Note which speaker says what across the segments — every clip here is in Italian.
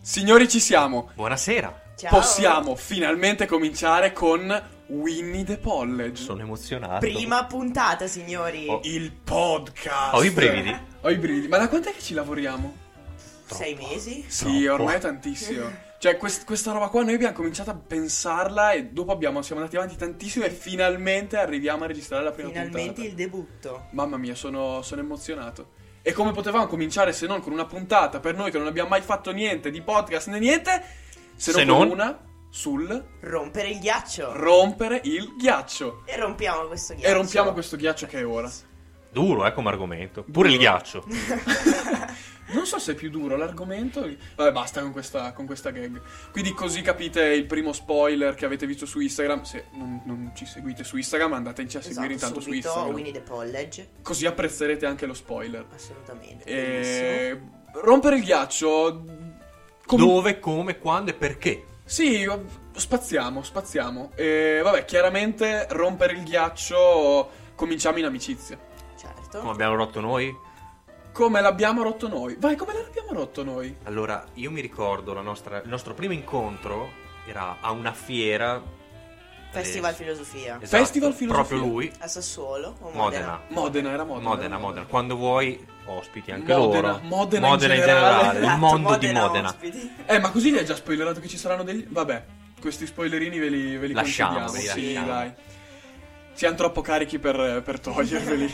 Speaker 1: Signori, ci siamo.
Speaker 2: Buonasera,
Speaker 3: Ciao.
Speaker 1: Possiamo finalmente cominciare con Winnie the College.
Speaker 2: sono emozionato.
Speaker 3: Prima puntata, signori.
Speaker 2: Oh.
Speaker 1: Il podcast.
Speaker 2: Ho i brividi.
Speaker 1: Ho i brividi. Ma da quant'è che ci lavoriamo?
Speaker 3: Sei mesi?
Speaker 1: Sì,
Speaker 2: Troppo.
Speaker 1: ormai è tantissimo. Cioè, quest- questa roba qua noi abbiamo cominciato a pensarla e dopo abbiamo- siamo andati avanti tantissimo e finalmente arriviamo a registrare la prima
Speaker 3: Finalmente
Speaker 1: puntata.
Speaker 3: il debutto.
Speaker 1: Mamma mia, sono, sono emozionato. E come potevamo cominciare se non con una puntata per noi che non abbiamo mai fatto niente di podcast né niente, se,
Speaker 2: Se
Speaker 1: non con
Speaker 2: non-
Speaker 1: una sul
Speaker 3: Rompere il ghiaccio.
Speaker 1: rompere il ghiaccio.
Speaker 3: e rompiamo questo ghiaccio.
Speaker 1: E rompiamo questo ghiaccio che è ora.
Speaker 2: Duro, eh, come argomento. Pure il
Speaker 1: Duro.
Speaker 2: ghiaccio.
Speaker 1: Non so se è più duro l'argomento. Vabbè, basta con questa, con questa gag. Quindi, così capite il primo spoiler che avete visto su Instagram. Se non, non ci seguite su Instagram, andateci a
Speaker 3: Esatto,
Speaker 1: seguire intanto su
Speaker 3: subito
Speaker 1: Instagram.
Speaker 3: Winnie the College.
Speaker 1: Così apprezzerete anche lo spoiler.
Speaker 3: Assolutamente. Bellissimo.
Speaker 1: E... Rompere il ghiaccio. com-
Speaker 2: Dove, come, quando e perché?
Speaker 1: Sì, spaziamo, spaziamo. E vabbè, chiaramente rompere il ghiaccio. Cominciamo in amicizia.
Speaker 3: Certo.
Speaker 2: Come abbiamo rotto noi?
Speaker 1: Come l'abbiamo rotto noi? Vai, come l'abbiamo rotto noi?
Speaker 2: Allora, io mi ricordo la nostra- il nostro primo incontro era a una fiera.
Speaker 3: Festival
Speaker 2: Eh,
Speaker 3: Filosofia.
Speaker 2: esatto,
Speaker 1: Festival Filosofia.
Speaker 2: Proprio lui,
Speaker 3: A Sassuolo o Modena?
Speaker 2: Modena.
Speaker 1: Modena era Modena.
Speaker 2: Modena, Modena. Quando vuoi, ospiti anche
Speaker 1: Modena,
Speaker 2: loro.
Speaker 1: Modena in
Speaker 2: in
Speaker 1: generale.
Speaker 2: generale.
Speaker 3: Esatto,
Speaker 2: il mondo di Modena.
Speaker 3: ospiti.
Speaker 1: Eh, ma così li hai già spoilerato che ci saranno degli... Vabbè, questi spoilerini ve li, ve li
Speaker 2: Lasciamo,
Speaker 1: concediamo,
Speaker 2: ve li
Speaker 1: sì,
Speaker 2: lasciamo.
Speaker 1: dai. Siamo troppo carichi per, per toglierveli.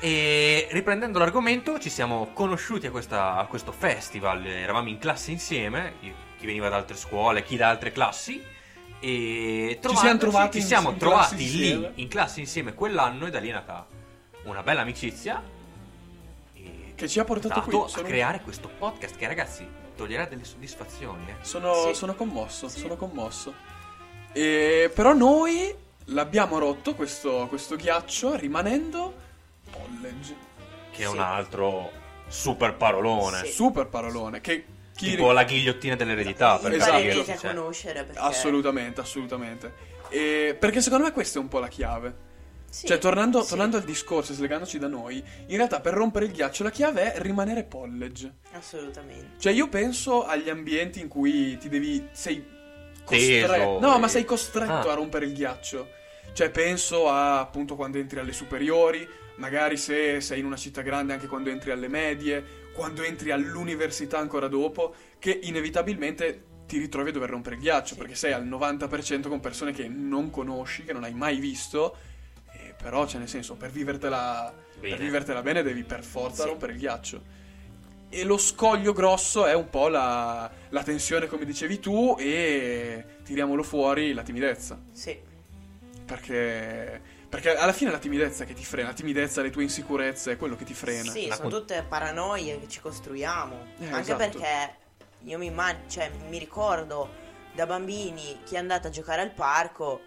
Speaker 2: E riprendendo l'argomento, ci siamo conosciuti a, questa- a questo festival. eh, Eravamo in classe insieme, io- chi veniva da altre scuole, chi da altre classi. E trovandoci-
Speaker 1: siamo trovati
Speaker 2: ci
Speaker 1: in-
Speaker 2: siamo
Speaker 1: in
Speaker 2: trovati
Speaker 1: classe
Speaker 2: lì
Speaker 1: insieme.
Speaker 2: in classe insieme quell'anno e da lì è nata una bella amicizia. e
Speaker 1: Che ci ha portato
Speaker 2: dato
Speaker 1: qui,
Speaker 2: a
Speaker 1: sono-
Speaker 2: creare questo podcast che ragazzi toglierà delle soddisfazioni. eh.
Speaker 1: Sono,
Speaker 3: Sì.
Speaker 1: sono commosso,
Speaker 3: Sì.
Speaker 1: sono commosso. E, però noi l'abbiamo rotto questo, questo ghiaccio rimanendo college.
Speaker 2: Che è
Speaker 3: Sì.
Speaker 2: un altro super parolone.
Speaker 3: Sì.
Speaker 1: Super parolone. Che chi...
Speaker 2: Tipo la ghigliottina dell'eredità, per
Speaker 1: Esatto.
Speaker 2: capirci,
Speaker 3: Imparerete a
Speaker 2: cioè.
Speaker 3: conoscere perché...
Speaker 1: Assolutamente, assolutamente. E, perché secondo me questa è un po' la chiave.
Speaker 3: Sì,
Speaker 1: Cioè, tornando,
Speaker 3: sì,
Speaker 1: tornando al discorso, e slegandoci da noi, in realtà per rompere il ghiaccio la chiave è rimanere college.
Speaker 3: Assolutamente.
Speaker 1: Cioè, io penso agli ambienti in cui ti devi. sei
Speaker 2: Teso,
Speaker 1: costretto. No,
Speaker 2: e-
Speaker 1: ma sei costretto
Speaker 2: Ah.
Speaker 1: a rompere il ghiaccio. Cioè, penso a appunto quando entri alle superiori, magari se sei in una città grande anche quando entri alle medie, quando entri all'università ancora dopo, che inevitabilmente ti ritrovi a dover rompere il ghiaccio,
Speaker 3: Sì.
Speaker 1: perché sei al 90% con persone che non conosci, che non hai mai visto. e Però, cioè, nel senso, per vivertela
Speaker 2: Bene.
Speaker 1: per vivertela bene devi per forza
Speaker 3: Sì.
Speaker 1: rompere il ghiaccio. E lo scoglio grosso è un po' la, la tensione, come dicevi tu, e tiriamolo fuori la timidezza.
Speaker 3: Sì.
Speaker 1: Perché, perché alla fine è la timidezza che ti frena, la timidezza, le tue insicurezze, è quello che ti frena.
Speaker 3: Sì,
Speaker 2: Ma
Speaker 3: sono
Speaker 2: con-
Speaker 3: tutte paranoie che ci costruiamo.
Speaker 1: Eh,
Speaker 3: Anche
Speaker 1: esatto.
Speaker 3: perché io mi immagino, cioè mi ricordo da bambini chi è andato a giocare al parco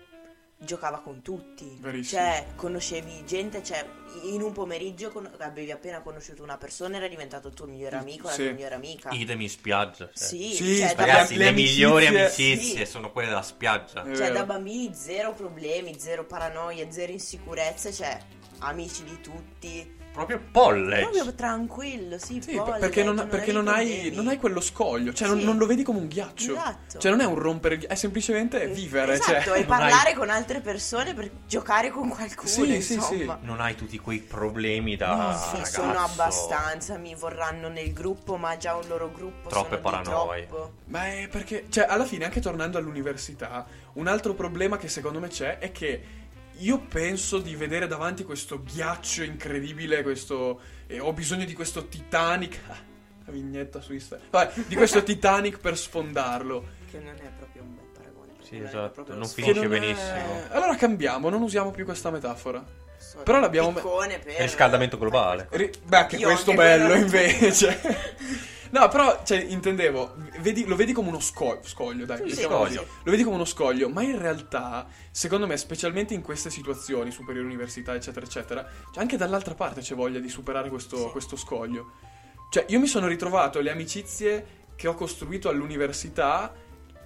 Speaker 3: giocava con tutti.
Speaker 1: Verissimo.
Speaker 3: Cioè, conoscevi gente, cioè in un pomeriggio con- avevi appena conosciuto una persona era diventato il tuo migliore amico, la
Speaker 1: Mm, Sì.
Speaker 3: tua migliore amica.
Speaker 2: Idem in spiaggia. cioè.
Speaker 3: Sì,
Speaker 1: Sì,
Speaker 3: cioè, da
Speaker 2: Ragazzi,
Speaker 1: Le
Speaker 2: le, migliori
Speaker 1: amicizie-
Speaker 2: amicizie
Speaker 3: Sì.
Speaker 2: sono quelle della spiaggia.
Speaker 1: Eh. È
Speaker 3: Cioè,
Speaker 1: vero.
Speaker 3: da bambini zero problemi, zero paranoie, zero insicurezze, cioè amici di tutti.
Speaker 2: Proprio polle.
Speaker 3: Proprio tranquillo, sì,
Speaker 1: Sì,
Speaker 3: poi,
Speaker 1: per- perché, non,
Speaker 3: detto,
Speaker 1: perché non hai,
Speaker 3: problemi.
Speaker 1: non hai quello scoglio, cioè non,
Speaker 3: Sì.
Speaker 1: non lo vedi come un ghiaccio.
Speaker 3: Esatto.
Speaker 1: Cioè non è un rompere il ghiaccio, è semplicemente vivere.
Speaker 3: Esatto,
Speaker 1: cioè,
Speaker 3: e
Speaker 1: non
Speaker 3: parlare
Speaker 2: hai-
Speaker 3: con altre persone per giocare con qualcuno,
Speaker 1: Sì, sì,
Speaker 3: insomma.
Speaker 2: Non hai tutti quei problemi da
Speaker 3: No, sì,
Speaker 2: ragazzo.
Speaker 3: sono abbastanza, mi vorranno nel gruppo, ma già un loro gruppo
Speaker 2: Troppe
Speaker 3: sono di
Speaker 2: paranoie.
Speaker 3: troppo.
Speaker 1: Ma è perché, cioè, alla fine, anche tornando all'università, un altro problema che secondo me c'è è che io penso di vedere davanti questo ghiaccio incredibile, questo. eh, ho bisogno di questo Titanic. La vignetta su Instagram. Vabbè, di questo Titanic per sfondarlo.
Speaker 3: Che non è proprio un bel paragone.
Speaker 2: Sì,
Speaker 3: non è
Speaker 2: esatto,
Speaker 3: proprio
Speaker 2: non
Speaker 3: uno
Speaker 1: Che
Speaker 2: finisce
Speaker 1: non è-
Speaker 2: benissimo.
Speaker 1: Allora cambiamo, non usiamo più questa metafora.
Speaker 3: sforzo,
Speaker 1: però l'abbiamo me-
Speaker 3: piccone per-
Speaker 2: Riscaldamento globale.
Speaker 1: Ri- beh, anche
Speaker 3: Io
Speaker 1: questo
Speaker 3: anche
Speaker 1: bello
Speaker 3: quello.
Speaker 1: invece. no, però, cioè, intendevo, vedi- lo vedi come uno sco- scoglio, dai.
Speaker 3: Sì,
Speaker 1: mettiamo
Speaker 2: scoglio.
Speaker 1: così. Lo vedi come uno scoglio, ma in realtà, secondo me, specialmente in queste situazioni, superiore università, eccetera, eccetera, cioè, anche dall'altra parte c'è voglia di superare questo,
Speaker 3: Sì.
Speaker 1: questo scoglio. Cioè, io mi sono ritrovato le amicizie che ho costruito all'università,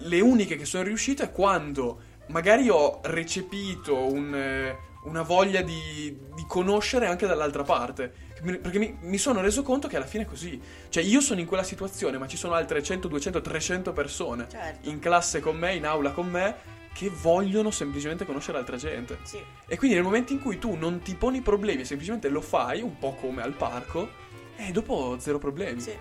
Speaker 1: le uniche che sono riuscite è quando magari ho recepito un, eh, una voglia di, di conoscere anche dall'altra parte. Mi- Perché mi, mi sono reso conto che alla fine è così. Cioè, io sono in quella situazione, ma ci sono altre 100, 200, 300 persone
Speaker 3: Certo.
Speaker 1: in classe con me, in aula con me, che vogliono semplicemente conoscere altra gente.
Speaker 3: Sì.
Speaker 1: E quindi nel momento in cui tu non ti poni problemi, semplicemente lo fai, un po' come al parco, e dopo zero problemi.
Speaker 3: Sì.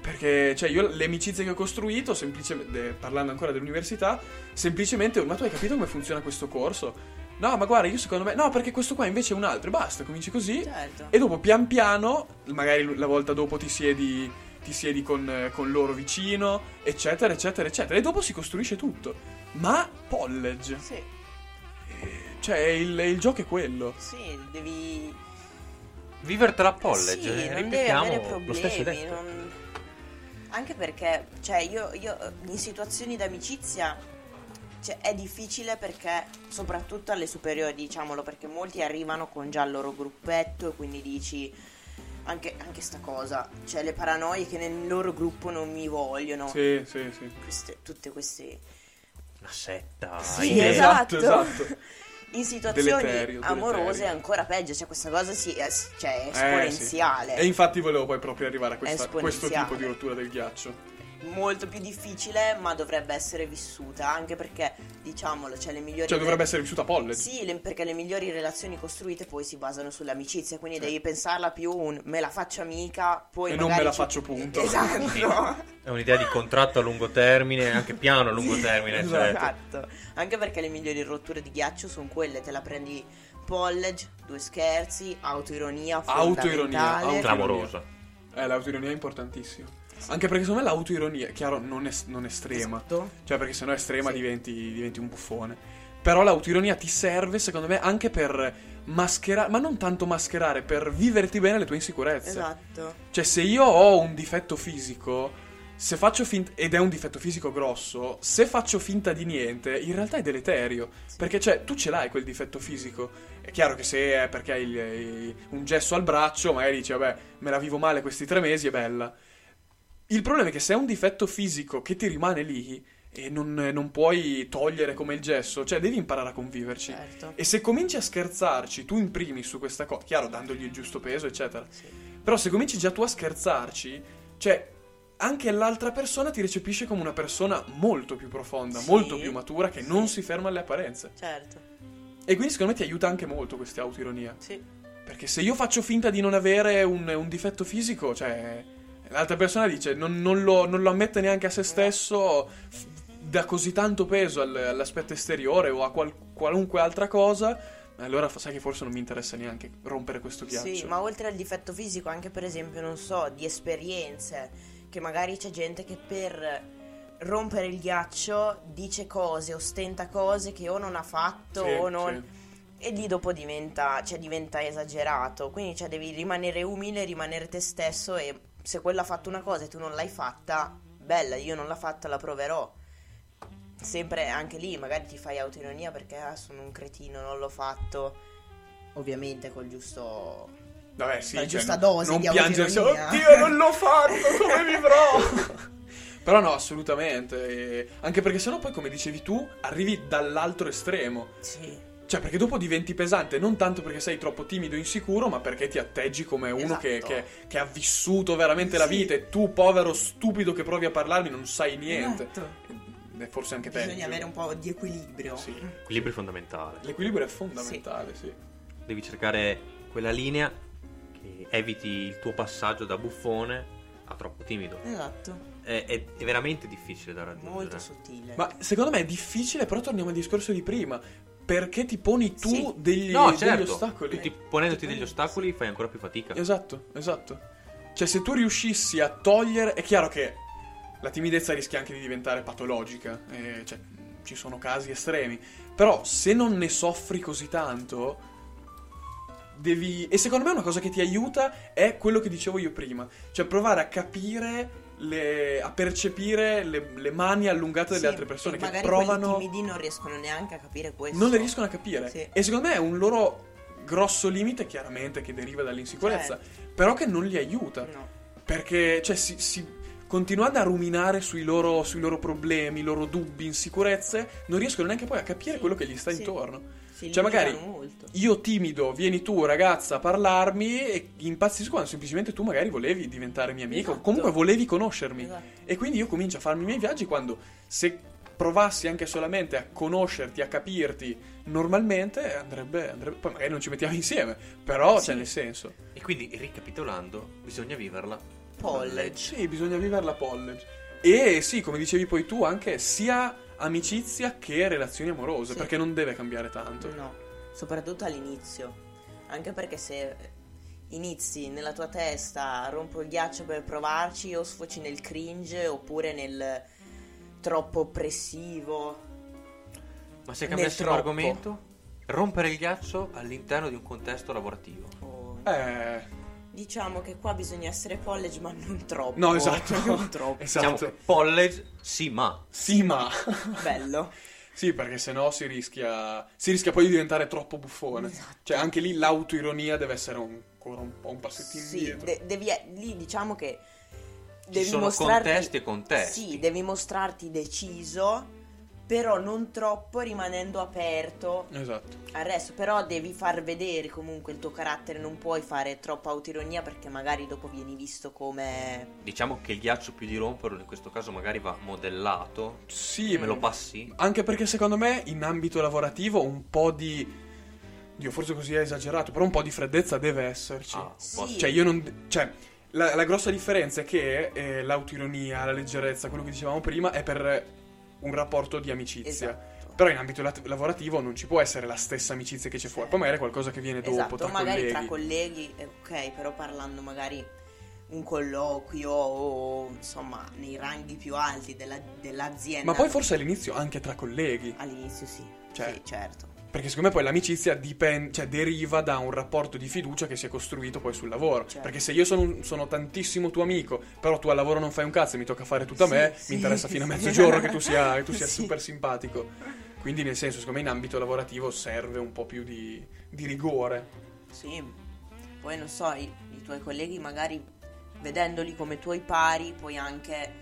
Speaker 1: Perché, cioè, io le amicizie che ho costruito, semplicemente, parlando ancora dell'università, semplicemente, ma tu hai capito come funziona questo corso? No, ma guarda, io secondo me... No, perché questo qua invece è un altro, e basta, cominci così.
Speaker 3: Certo.
Speaker 1: E dopo, pian piano, magari la volta dopo ti siedi, ti siedi con, eh, con loro vicino, eccetera, eccetera, eccetera. E dopo si costruisce tutto. Ma college.
Speaker 3: Sì. Eh.
Speaker 1: Cioè, il, il gioco è quello.
Speaker 3: Sì, devi
Speaker 2: Vivertela a college,
Speaker 3: Sì,
Speaker 2: eh,
Speaker 3: non devi avere
Speaker 2: ripetiamo lo stesso
Speaker 3: problemi.
Speaker 2: detto.
Speaker 3: non- Anche perché, cioè, io, io in situazioni d'amicizia cioè, è difficile perché, soprattutto alle superiori, diciamolo, perché molti arrivano con già il loro gruppetto e quindi dici anche, anche sta cosa, cioè le paranoie che nel loro gruppo non mi vogliono,
Speaker 1: Sì, sì, sì.
Speaker 3: queste, tutte queste...
Speaker 2: Una setta.
Speaker 3: Sì,
Speaker 2: idea.
Speaker 3: esatto.
Speaker 1: esatto.
Speaker 3: In situazioni
Speaker 1: Deleterio,
Speaker 3: amorose è
Speaker 1: deleterio.
Speaker 3: ancora peggio, cioè questa cosa si, è, cioè, è
Speaker 1: Eh,
Speaker 3: esponenziale.
Speaker 1: sì. E infatti volevo poi proprio arrivare a questa- questo
Speaker 3: Esponenziale.
Speaker 1: tipo di rottura del ghiaccio.
Speaker 3: molto più difficile, ma dovrebbe essere vissuta, anche perché, diciamolo, cioè le migliori...
Speaker 1: Cioè dovrebbe essere vissuta a college.
Speaker 3: Sì, le- perché le migliori relazioni costruite poi si basano sull'amicizia, quindi
Speaker 1: Sì.
Speaker 3: devi pensarla più un me la faccio amica, poi...
Speaker 1: E non
Speaker 3: magari
Speaker 1: me la
Speaker 3: ci-
Speaker 1: faccio punto.
Speaker 3: Esatto.
Speaker 2: È un'idea di contratto a lungo termine, anche piano a lungo
Speaker 3: Sì,
Speaker 1: Eh,
Speaker 2: termine.
Speaker 1: certo.
Speaker 2: cioè.
Speaker 3: Esatto. Anche perché le migliori rotture di ghiaccio sono quelle, te la prendi college, due scherzi, autoironia,
Speaker 1: Autoironia,
Speaker 3: fondamentale.
Speaker 1: autoironia.
Speaker 2: Clamoroso.
Speaker 1: Eh, l'autoironia è importantissima. Anche perché secondo me l'autoironia, chiaro, non, es- non estrema.
Speaker 3: Esatto.
Speaker 1: Cioè, perché se no estrema
Speaker 3: Sì.
Speaker 1: diventi, diventi un buffone. Però l'autoironia ti serve, secondo me, anche per mascherare, ma non tanto mascherare, per viverti bene le tue insicurezze.
Speaker 3: Esatto.
Speaker 1: Cioè, se io ho un difetto fisico, se faccio finta. Ed è un difetto fisico grosso, se faccio finta di niente, in realtà è deleterio. Perché, cioè, tu ce l'hai quel difetto fisico. È chiaro che se è perché hai il- i- un gesso al braccio, magari dici, vabbè, me la vivo male questi tre mesi, è bella. Il problema è che se è un difetto fisico che ti rimane lì e non, non puoi togliere come il gesso, cioè devi imparare a conviverci.
Speaker 3: Certo.
Speaker 1: E se cominci a scherzarci, tu in primis su questa cosa, chiaro, dandogli il giusto peso, eccetera.
Speaker 3: Sì.
Speaker 1: Però se cominci già tu a scherzarci, cioè anche l'altra persona ti recepisce come una persona molto più profonda,
Speaker 3: Sì.
Speaker 1: molto più matura, che
Speaker 3: Sì.
Speaker 1: non si ferma alle apparenze.
Speaker 3: Certo.
Speaker 1: E quindi secondo me ti aiuta anche molto questa autoironia.
Speaker 3: Sì.
Speaker 1: Perché se io faccio finta di non avere un, un difetto fisico, cioè l'altra persona dice non, non lo, non lo ammette neanche a se stesso, f- dà così tanto peso al- all'aspetto esteriore o a qual- qualunque altra cosa, allora fa- sai che forse non mi interessa neanche rompere questo ghiaccio.
Speaker 3: Sì, ma oltre al difetto fisico, anche per esempio, non so, di esperienze, che magari c'è gente che per rompere il ghiaccio dice cose, ostenta cose che o non ha fatto
Speaker 1: Sì,
Speaker 3: o non...
Speaker 1: sì.
Speaker 3: E lì dopo diventa, cioè, diventa esagerato, quindi cioè, devi rimanere umile, rimanere te stesso e se quella ha fatto una cosa e tu non l'hai fatta, bella, io non l'ho fatta, la proverò. Sempre anche lì, magari ti fai autoironia perché ah, sono un cretino, non l'ho fatto. Ovviamente col giusto
Speaker 1: Vabbè, sì,
Speaker 3: La
Speaker 1: cioè,
Speaker 3: giusta
Speaker 1: non-
Speaker 3: dose
Speaker 1: non
Speaker 3: di
Speaker 1: piangersi,
Speaker 3: autoironia.
Speaker 1: oddio, non l'ho fatto, come vivrò? Però no, assolutamente. e- Anche perché sennò poi, come dicevi tu, arrivi dall'altro estremo.
Speaker 3: Sì,
Speaker 1: Cioè, perché dopo diventi pesante, non tanto perché sei troppo timido e insicuro, ma perché ti atteggi come uno che,
Speaker 3: Esatto.
Speaker 1: che- che ha vissuto veramente la
Speaker 3: Sì.
Speaker 1: vita e tu, povero stupido che provi a parlarmi, non sai niente.
Speaker 3: Esatto.
Speaker 1: E forse anche te.
Speaker 3: Bisogna avere un po' di equilibrio.
Speaker 1: Sì.
Speaker 2: Equilibrio fondamentale.
Speaker 1: L'equilibrio è fondamentale, sì.
Speaker 2: Devi cercare quella linea che eviti il tuo passaggio da buffone a troppo timido.
Speaker 3: Esatto.
Speaker 2: È, è- è veramente difficile da raggiungere.
Speaker 3: Molto sottile.
Speaker 1: Ma secondo me è difficile, però torniamo al discorso di prima. Perché ti poni tu
Speaker 3: Sì.
Speaker 1: degli,
Speaker 2: No,
Speaker 1: degli
Speaker 2: certo.
Speaker 1: ostacoli? Cioè,
Speaker 2: Tu ti- ponendoti degli ostacoli fai ancora più fatica.
Speaker 1: Esatto, esatto. Cioè, se tu riuscissi a togliere. È chiaro che la timidezza rischia anche di diventare patologica. eh, cioè, ci sono casi estremi. Però, se non ne soffri così tanto. Devi. E secondo me una cosa che ti aiuta è quello che dicevo io prima. Cioè, provare a capire. le- a percepire le, le mani allungate delle
Speaker 3: Sì,
Speaker 1: altre persone
Speaker 3: e
Speaker 1: che
Speaker 3: magari
Speaker 1: provano.
Speaker 3: quelli timidi non riescono neanche a capire questo.
Speaker 1: non le riescono a capire.
Speaker 3: Sì.
Speaker 1: E secondo me è un loro grosso limite, chiaramente, che deriva dall'insicurezza,
Speaker 3: Certo.
Speaker 1: però che non li aiuta.
Speaker 3: No.
Speaker 1: Perché, cioè, si, si continuando a ruminare sui loro, sui loro problemi, i loro dubbi, insicurezze, non riescono neanche poi a capire
Speaker 3: Sì,
Speaker 1: quello che gli sta
Speaker 3: sì.
Speaker 1: intorno.
Speaker 3: Sì,
Speaker 1: Cioè,
Speaker 3: li
Speaker 1: magari-
Speaker 3: giocano molto.
Speaker 1: Io timido, vieni tu ragazza a parlarmi e impazzisco quando semplicemente tu magari volevi diventare mio amico,
Speaker 3: Esatto.
Speaker 1: comunque volevi conoscermi.
Speaker 3: Esatto.
Speaker 1: E quindi io comincio a farmi i miei viaggi quando se provassi anche solamente a conoscerti, a capirti normalmente, andrebbe, andrebbe- poi magari non ci mettiamo insieme, però c'è nel senso.
Speaker 2: E quindi, ricapitolando, bisogna viverla.
Speaker 3: College.
Speaker 1: Sì, bisogna viverla college. E sì, come dicevi poi tu, anche sia amicizia che relazioni amorose,
Speaker 3: Sì.
Speaker 1: perché non deve cambiare tanto.
Speaker 3: No, soprattutto all'inizio. Anche perché se inizi nella tua testa, rompo il ghiaccio per provarci, o sfoci nel cringe, oppure nel troppo oppressivo.
Speaker 2: Ma se
Speaker 3: Nel
Speaker 2: cambiassimo
Speaker 3: troppo.
Speaker 2: argomento, rompere il ghiaccio all'interno di un contesto lavorativo.
Speaker 3: o-
Speaker 1: Eh,
Speaker 3: Diciamo che qua bisogna essere college, ma non troppo.
Speaker 1: no, esatto.
Speaker 3: Non Oh, troppo.
Speaker 1: esatto.
Speaker 2: Diciamo che college, sì, ma.
Speaker 1: Sì, ma
Speaker 3: Bello.
Speaker 1: Sì, perché sennò si rischia. Si rischia poi di diventare troppo buffone.
Speaker 3: Esatto.
Speaker 1: Cioè, anche lì l'autoironia deve essere un- ancora un po' un passettino
Speaker 3: Sì,
Speaker 1: indietro.
Speaker 3: de- devi, lì diciamo che
Speaker 2: Ci
Speaker 3: devi
Speaker 2: sono
Speaker 3: mostrarti,
Speaker 2: contesti e contesti.
Speaker 3: Sì, devi mostrarti deciso, però non troppo rimanendo aperto
Speaker 1: Esatto.
Speaker 3: al resto. Però devi far vedere comunque il tuo carattere, non puoi fare troppa autoironia perché magari dopo vieni visto come...
Speaker 2: Diciamo che il ghiaccio più di romperlo, in questo caso magari va modellato.
Speaker 1: Sì,
Speaker 3: Eh.
Speaker 2: Me lo passi?
Speaker 1: Anche perché secondo me in ambito lavorativo un po' di. Dio, forse così è esagerato, però un po' di freddezza deve esserci.
Speaker 2: Ah,
Speaker 3: Sì.
Speaker 2: posso-
Speaker 1: Cioè, io non. Cioè, la, la grossa differenza è che eh, l'autoironia, la leggerezza, quello che dicevamo prima, è per un rapporto di amicizia.
Speaker 3: Esatto.
Speaker 1: Però in ambito lat- lavorativo non ci può essere la stessa amicizia che c'è fuori. Poi magari è qualcosa che viene dopo,
Speaker 3: esatto,
Speaker 1: tra
Speaker 3: magari
Speaker 1: colleghi.
Speaker 3: tra colleghi, eh, ok, però parlando magari un colloquio o insomma nei ranghi più alti della- dell'azienda.
Speaker 1: Ma poi forse all'inizio anche tra colleghi.
Speaker 3: All'inizio sì,
Speaker 1: Cioè-
Speaker 3: sì, certo.
Speaker 1: Perché secondo me poi l'amicizia dipen- cioè, deriva da un rapporto di fiducia che si è costruito poi sul lavoro.
Speaker 3: Certo.
Speaker 1: Perché se io sono, un- sono tantissimo tuo amico, però tu al lavoro non fai un cazzo e mi tocca fare tutto a
Speaker 3: Sì,
Speaker 1: me,
Speaker 3: sì,
Speaker 1: mi interessa fino a
Speaker 3: sì.
Speaker 1: mezzogiorno che tu sia, che tu sia
Speaker 3: Sì.
Speaker 1: super simpatico. Quindi nel senso, secondo me in ambito lavorativo serve un po' più di, di rigore.
Speaker 3: Sì, poi non so, i, i tuoi colleghi magari vedendoli come tuoi pari puoi anche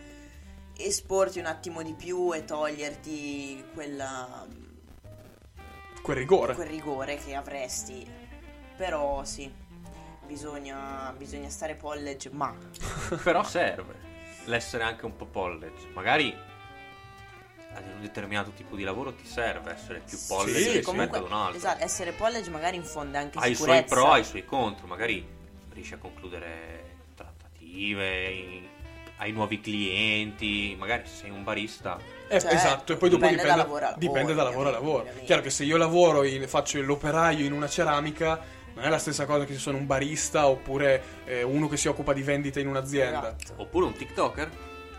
Speaker 3: esporti un attimo di più e toglierti quella-
Speaker 1: Quel rigore.
Speaker 3: quel rigore che avresti. Però sì, bisogna, bisogna stare college, ma
Speaker 2: Però serve l'essere anche un po' college. Magari ad un determinato tipo di lavoro ti serve essere più college
Speaker 1: sì,
Speaker 2: rispetto
Speaker 1: comunque,
Speaker 2: ad un altro.
Speaker 3: esatto, essere college magari infonde anche
Speaker 2: ha i suoi
Speaker 3: sicurezza.
Speaker 2: pro, ha i suoi contro. Magari riesci a concludere trattative, i- hai nuovi clienti. Magari sei un barista.
Speaker 1: Eh,
Speaker 3: Cioè,
Speaker 1: esatto, e poi dopo
Speaker 3: dipende
Speaker 1: dipende,
Speaker 3: da lavoro a lavoro,
Speaker 1: dipende da lavoro a
Speaker 3: ovviamente,
Speaker 1: lavoro.
Speaker 3: ovviamente.
Speaker 1: Chiaro che se io lavoro, in- faccio l'operaio in una ceramica, non è la stessa cosa che se sono un barista oppure eh, uno che si occupa di vendita in un'azienda.
Speaker 3: Esatto.
Speaker 2: Oppure un TikToker.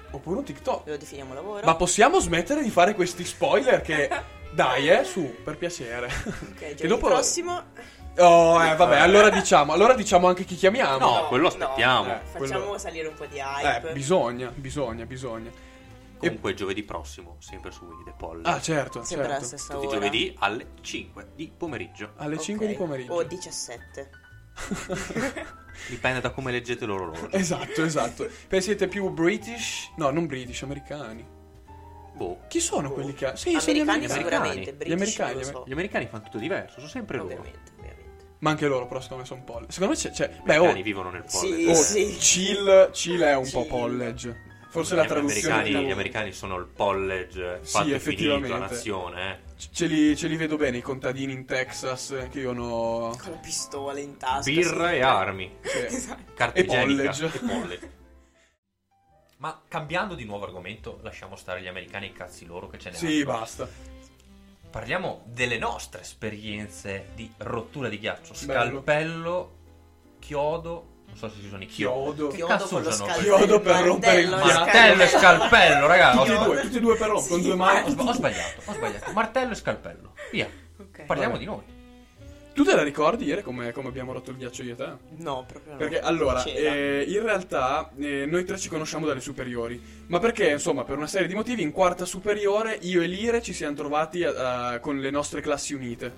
Speaker 1: Oppure un TikTok.
Speaker 3: Lo definiamo lavoro?
Speaker 1: Ma possiamo smettere di fare questi spoiler che... Dai, eh, su, per piacere.
Speaker 3: Ok,
Speaker 1: E
Speaker 3: giovedì
Speaker 1: dopo-
Speaker 3: prossimo
Speaker 1: Oh, eh, vabbè, allora diciamo, allora diciamo anche chi chiamiamo.
Speaker 2: No, quello aspettiamo.
Speaker 1: Eh,
Speaker 3: facciamo
Speaker 1: quello-
Speaker 3: salire un po' di
Speaker 1: Eh,
Speaker 3: hype.
Speaker 1: bisogna, bisogna, bisogna.
Speaker 2: Comunque giovedì prossimo, sempre su Winnie the Poll.
Speaker 1: Ah, certo,
Speaker 3: Sempre alla
Speaker 1: certo.
Speaker 3: stessa
Speaker 2: Tutti i
Speaker 3: ora.
Speaker 2: giovedì alle 5 di pomeriggio.
Speaker 1: Alle
Speaker 3: Ok.
Speaker 1: 5 di pomeriggio.
Speaker 3: O 17.
Speaker 2: Dipende da come leggete l'orologio.
Speaker 1: Esatto, esatto. Perché siete più British? No, non British, americani.
Speaker 2: Boh.
Speaker 1: Chi sono quelli che... Sì, sono gli
Speaker 3: Oh. americani
Speaker 1: americani.
Speaker 3: sicuramente,
Speaker 1: Gli americani,
Speaker 3: british non
Speaker 2: Gli
Speaker 3: lo
Speaker 2: americani fanno tutto diverso, sono sempre
Speaker 3: so.
Speaker 2: loro.
Speaker 3: Ovviamente, ovviamente.
Speaker 1: Ma anche loro, però, secondo me sono polle. Secondo me c'è... c'è-
Speaker 2: Gli
Speaker 1: Beh, oh,
Speaker 2: americani vivono nel
Speaker 3: Sì,
Speaker 2: college.
Speaker 1: oh,
Speaker 3: sì.
Speaker 1: chill, chill è un po'
Speaker 3: Chill.
Speaker 1: college. Forse
Speaker 2: Gli
Speaker 1: la traduzione...
Speaker 2: americani,
Speaker 1: è-
Speaker 2: gli americani sono il college
Speaker 1: Sì,
Speaker 2: fatto e finito,
Speaker 1: effettivamente.
Speaker 2: la nazione. eh.
Speaker 1: Ce li, ce li vedo bene i contadini in Texas eh, che vivono...
Speaker 3: Con la pistola in tasca.
Speaker 2: Birra
Speaker 3: sì.
Speaker 2: e armi,
Speaker 1: Sì.
Speaker 3: Esatto.
Speaker 2: carta
Speaker 1: E
Speaker 2: igienica
Speaker 1: college.
Speaker 2: e college. Ma cambiando di nuovo argomento, lasciamo stare gli americani e i cazzi loro che ce ne
Speaker 1: Sì,
Speaker 2: hanno.
Speaker 1: basta.
Speaker 2: Parliamo delle nostre esperienze di rottura di ghiaccio, scalpello, chiodo, non so se ci sono i chiodi.
Speaker 1: Chiodo.
Speaker 2: Che
Speaker 1: Tutti
Speaker 3: Chiodo
Speaker 2: cazzo
Speaker 3: con lo
Speaker 2: usano?
Speaker 3: scalpello.
Speaker 1: Chiodo per
Speaker 3: Martello,
Speaker 1: rompere il ghiaccio.
Speaker 2: Martello e scalpello, raga.
Speaker 1: e
Speaker 2: Ho,
Speaker 1: due, tutti e due però, con
Speaker 3: Sì, Eh,
Speaker 1: due
Speaker 2: ho
Speaker 1: mani.
Speaker 2: sba- ho sbagliato, ho sbagliato. Martello e scalpello. Via.
Speaker 3: Ok.
Speaker 2: Parliamo
Speaker 1: Eh, Vabbè.
Speaker 2: di noi.
Speaker 1: Tu te la ricordi ieri come, come abbiamo rotto il ghiaccio io e te?
Speaker 3: No, proprio no.
Speaker 1: Perché allora,
Speaker 3: C'era.
Speaker 1: eh, in realtà eh, noi tre ci conosciamo dalle superiori, ma perché insomma per una serie di motivi in quarta superiore io e Lire ci siamo trovati a- a- con le nostre classi unite.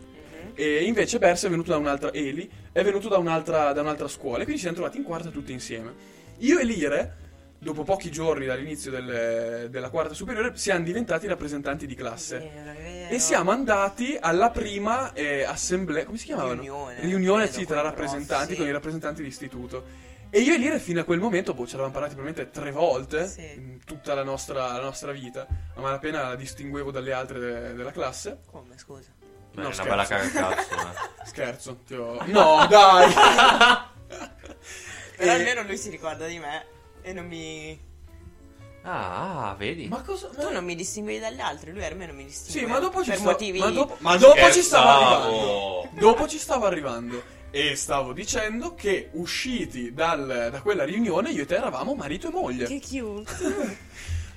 Speaker 3: Mhm.
Speaker 1: E invece Bers è venuto da un'altra, Eli è venuto da un'altra, da un'altra scuola e quindi ci siamo trovati in quarta tutti insieme. Io e Lire dopo pochi giorni dall'inizio del- della quarta superiore, siamo diventati rappresentanti di classe.
Speaker 3: Vero, vero.
Speaker 1: E siamo andati alla prima eh, assemblea, come si chiamavano?
Speaker 3: Riunione.
Speaker 1: Riunione
Speaker 3: Credo,
Speaker 1: sì,
Speaker 3: con
Speaker 1: tra
Speaker 3: i
Speaker 1: rappresentanti,
Speaker 3: prof, sì.
Speaker 1: con i rappresentanti di istituto. E io e Lire fino a quel momento, boh, ci eravamo parlati probabilmente tre volte
Speaker 3: Sì.
Speaker 1: in tutta la nostra, la nostra vita. A malapena la distinguevo dalle altre de- della classe.
Speaker 3: Come, scusa?
Speaker 1: No,
Speaker 2: Beh, è una
Speaker 1: scherzo.
Speaker 2: bella cagacazzo, eh.
Speaker 1: Scherzo, ti ho... No, dai! Eh,
Speaker 3: Però almeno lui si ricorda di me e non mi...
Speaker 2: Ah, ah, vedi?
Speaker 1: Ma cosa...
Speaker 3: Tu non mi distingui dagli altri, lui almeno mi distingue.
Speaker 1: Sì, ma dopo ci
Speaker 3: Per
Speaker 1: sta-
Speaker 3: motivi...
Speaker 1: Ma dopo, ma dopo ci stava arrivando.
Speaker 2: Scherzavo!
Speaker 1: Dopo ci stavo arrivando e stavo dicendo che usciti dal- da quella riunione io e te eravamo marito e moglie.
Speaker 3: Che cute.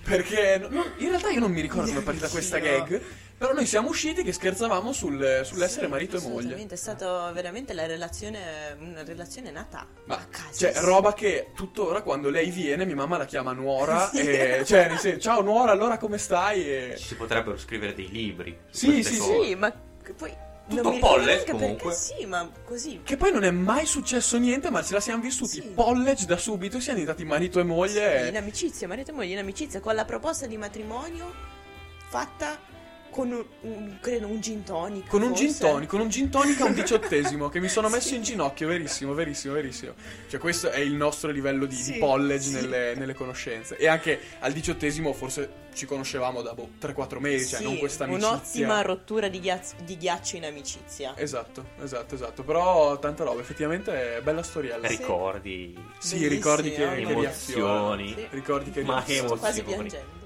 Speaker 1: Perché no- no, in realtà io non mi ricordo come è partita questa
Speaker 3: Neanch'io.
Speaker 1: gag, però noi siamo usciti che scherzavamo sul- sull'essere
Speaker 3: Sì,
Speaker 1: marito e moglie.
Speaker 3: assolutamente, È stata veramente la relazione, una relazione nata a
Speaker 1: Ma
Speaker 3: caso.
Speaker 1: cioè, roba che tuttora quando lei viene mia mamma la chiama nuora e cioè nel senso, ciao nuora, allora come stai? E...
Speaker 2: Ci si potrebbero scrivere dei libri.
Speaker 1: Sì,
Speaker 2: su queste
Speaker 1: sì,
Speaker 2: cose.
Speaker 3: Sì, ma che poi...
Speaker 2: Tutto
Speaker 3: non mi ricordo
Speaker 2: polle,
Speaker 3: neanche perché
Speaker 2: comunque.
Speaker 3: Sì, ma così.
Speaker 1: Che poi non è mai successo niente, ma ce la siamo vissuti
Speaker 3: Sì.
Speaker 1: college da subito, siamo diventati marito e moglie. e-
Speaker 3: In amicizia, marito e moglie in amicizia, con la proposta di matrimonio fatta con un, un- credo, un gin tonic.
Speaker 1: Con un
Speaker 3: forse.
Speaker 1: gin tonic, con un gin tonic a un diciottesimo che mi sono messo in ginocchio, verissimo, verissimo, verissimo. Cioè questo è il nostro livello di, di
Speaker 3: Sì,
Speaker 1: college
Speaker 3: sì.
Speaker 1: nelle, nelle conoscenze. E anche al diciottesimo forse ci conoscevamo da boh, 3-4 mesi, cioè
Speaker 3: Sì,
Speaker 1: non questa amicizia.
Speaker 3: Un'ottima rottura di, ghiaz- di ghiaccio in amicizia.
Speaker 1: Esatto, esatto, esatto. Però tanta roba, effettivamente è bella storiella.
Speaker 3: Sì.
Speaker 2: Ricordi,
Speaker 1: Sì, ricordi che,
Speaker 3: Bellissima,
Speaker 1: che riaffiora.
Speaker 2: emozioni.
Speaker 3: Sì.
Speaker 1: Eh, Ricordi che
Speaker 2: Ma
Speaker 1: riaffiora.
Speaker 2: emo-
Speaker 3: Quasi
Speaker 2: emozioni.
Speaker 3: piangendo.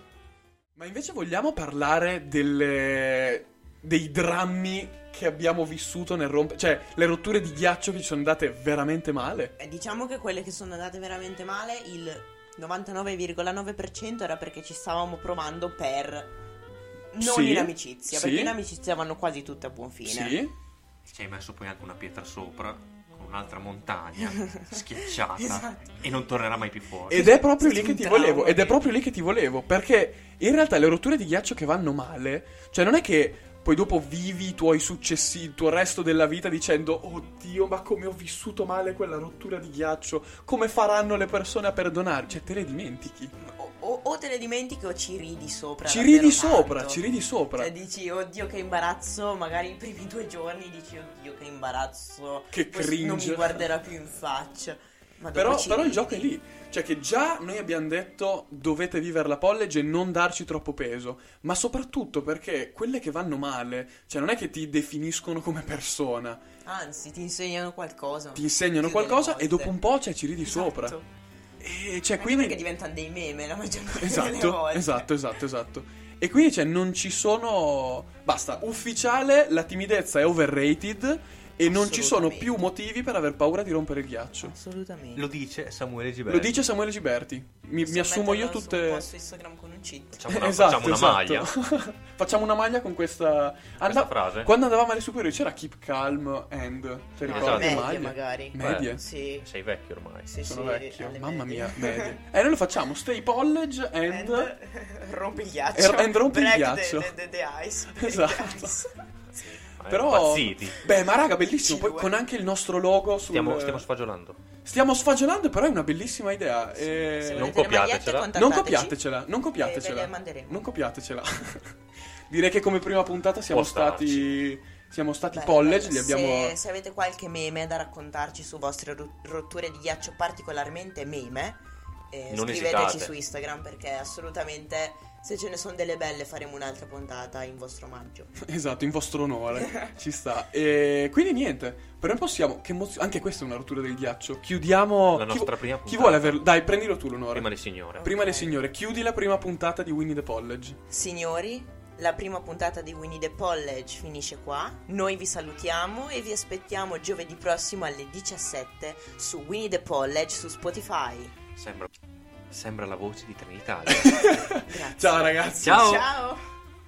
Speaker 1: Ma invece vogliamo parlare delle... dei drammi che abbiamo vissuto nel rompere... Cioè, le rotture di ghiaccio che ci sono andate veramente male?
Speaker 3: Eh, Diciamo che quelle che sono andate veramente male, il 99,9% era perché ci stavamo provando per... Non
Speaker 1: Sì,
Speaker 3: in amicizia,
Speaker 1: sì.
Speaker 3: perché in amicizia vanno quasi tutte a buon fine.
Speaker 1: Sì,
Speaker 2: Ci hai messo poi anche una pietra sopra, con un'altra montagna schiacciata
Speaker 3: Esatto.
Speaker 2: e non tornerà mai più fuori.
Speaker 1: ed è proprio lì
Speaker 3: Sì,
Speaker 1: che ti
Speaker 3: un
Speaker 1: volevo,
Speaker 3: trauma.
Speaker 1: ed è proprio lì che ti volevo, perché in realtà le rotture di ghiaccio che vanno male, cioè non è che poi dopo vivi i tuoi successi, il tuo resto della vita dicendo "Oddio, ma come ho vissuto male quella rottura di ghiaccio, come faranno le persone a perdonarmi?" Cioè te le dimentichi.
Speaker 3: O, o- o te ne dimentichi o ci ridi sopra.
Speaker 1: Ci
Speaker 3: davvero
Speaker 1: ridi
Speaker 3: tanto.
Speaker 1: sopra, ci ridi sopra.
Speaker 3: Cioè dici, oddio che imbarazzo, magari i primi due giorni dici, oddio che imbarazzo.
Speaker 1: Che
Speaker 3: questo Non
Speaker 1: cringe.
Speaker 3: mi guarderà più in faccia. Ma dopo
Speaker 1: Però,
Speaker 3: ci
Speaker 1: però il
Speaker 3: ridi.
Speaker 1: gioco è lì. Cioè che già noi abbiamo detto dovete vivere la college e non darci troppo peso, ma soprattutto perché quelle che vanno male, cioè non è che ti definiscono come persona,
Speaker 3: Anzi, ti insegnano qualcosa.
Speaker 1: ti insegnano
Speaker 3: Più
Speaker 1: qualcosa
Speaker 3: delle
Speaker 1: e dopo un
Speaker 3: volte.
Speaker 1: po' cioè, ci ridi
Speaker 3: Esatto.
Speaker 1: sopra.
Speaker 3: Anche
Speaker 1: E cioè quindi...
Speaker 3: Perché diventano dei meme la maggior parte delle
Speaker 1: Esatto,
Speaker 3: volte.
Speaker 1: esatto, esatto, esatto. E quindi cioè non ci sono... Basta, ufficiale, la timidezza è overrated e non ci sono
Speaker 3: Assolutamente.
Speaker 1: più motivi per aver paura di rompere il ghiaccio.
Speaker 3: Assolutamente.
Speaker 2: Lo dice Samuele Gibelli.
Speaker 1: Lo dice Samuele Giberti. Mi, mi
Speaker 3: Posso
Speaker 1: assumo io
Speaker 3: metterlo su
Speaker 1: tutte...
Speaker 3: un post su Instagram con un cheat.
Speaker 2: Facciamo una,
Speaker 1: Esatto,
Speaker 2: facciamo una
Speaker 1: esatto.
Speaker 2: maglia.
Speaker 1: facciamo una maglia con questa. Andava-
Speaker 2: frase.
Speaker 1: Quando andavamo alle superiori c'era keep calm and. Ti ricordi
Speaker 2: esatto.
Speaker 1: le
Speaker 3: medie
Speaker 1: maglie?
Speaker 3: magari.
Speaker 1: Medie.
Speaker 2: Beh,
Speaker 3: Sì,
Speaker 2: Sei vecchio ormai.
Speaker 3: sì,
Speaker 1: Sono
Speaker 3: sì,
Speaker 1: vecchio.
Speaker 3: alle
Speaker 1: Mamma
Speaker 3: medie.
Speaker 1: mia, medie. E noi lo facciamo stay college and.
Speaker 3: and rompi il ghiaccio.
Speaker 1: E- and rompi il
Speaker 3: Break
Speaker 1: ghiaccio.
Speaker 3: The, the- the ice. break
Speaker 1: Esatto.
Speaker 3: the ice.
Speaker 2: Ma
Speaker 1: Però.
Speaker 2: Impazziti.
Speaker 1: Beh, ma raga, bellissimo. Poi
Speaker 3: Ci due.
Speaker 1: con anche il nostro logo sul.
Speaker 2: Stiamo, stiamo sfagiolando.
Speaker 1: Stiamo sfagiolando, però è una bellissima idea. E-
Speaker 3: Se volete
Speaker 2: non
Speaker 3: le
Speaker 2: copiatecela.
Speaker 3: magliette,
Speaker 1: Eh,
Speaker 2: Non
Speaker 1: Non
Speaker 3: contattateci.
Speaker 1: copiatecela, non
Speaker 3: Eh, ve
Speaker 1: copiatecela.
Speaker 3: le manderemo.
Speaker 1: Non copiatecela. Direi che come prima puntata siamo
Speaker 2: Può starci.
Speaker 1: stati. Siamo stati
Speaker 3: Beh,
Speaker 1: college,
Speaker 3: beh,
Speaker 1: li abbiamo.
Speaker 3: se, se avete qualche meme da raccontarci su vostre ru- rotture di ghiaccio, particolarmente meme, eh,
Speaker 2: Non
Speaker 3: scriveteci
Speaker 2: esitate.
Speaker 3: su Instagram perché assolutamente se ce ne sono delle belle faremo un'altra puntata in vostro omaggio.
Speaker 1: Esatto, in vostro onore, ci sta. E quindi niente, però possiamo, che emozio- anche questa è una rottura del ghiaccio. Chiudiamo
Speaker 2: La
Speaker 1: chi-
Speaker 2: nostra prima
Speaker 1: Chi
Speaker 2: puntata.
Speaker 1: vuole averlo? Dai, prendilo tu l'onore.
Speaker 2: Prima le signore.
Speaker 1: Prima le
Speaker 3: Ok.
Speaker 1: signore, chiudi la prima puntata di Winnie the College.
Speaker 3: Signori, la prima puntata di Winnie the College finisce qua. Noi vi salutiamo e vi aspettiamo giovedì prossimo alle 17 su Winnie the College su Spotify.
Speaker 2: Sembra, sembra la voce di Trenitalia.
Speaker 3: Grazie.
Speaker 1: Ciao ragazzi.
Speaker 2: Ciao.
Speaker 3: Ciao.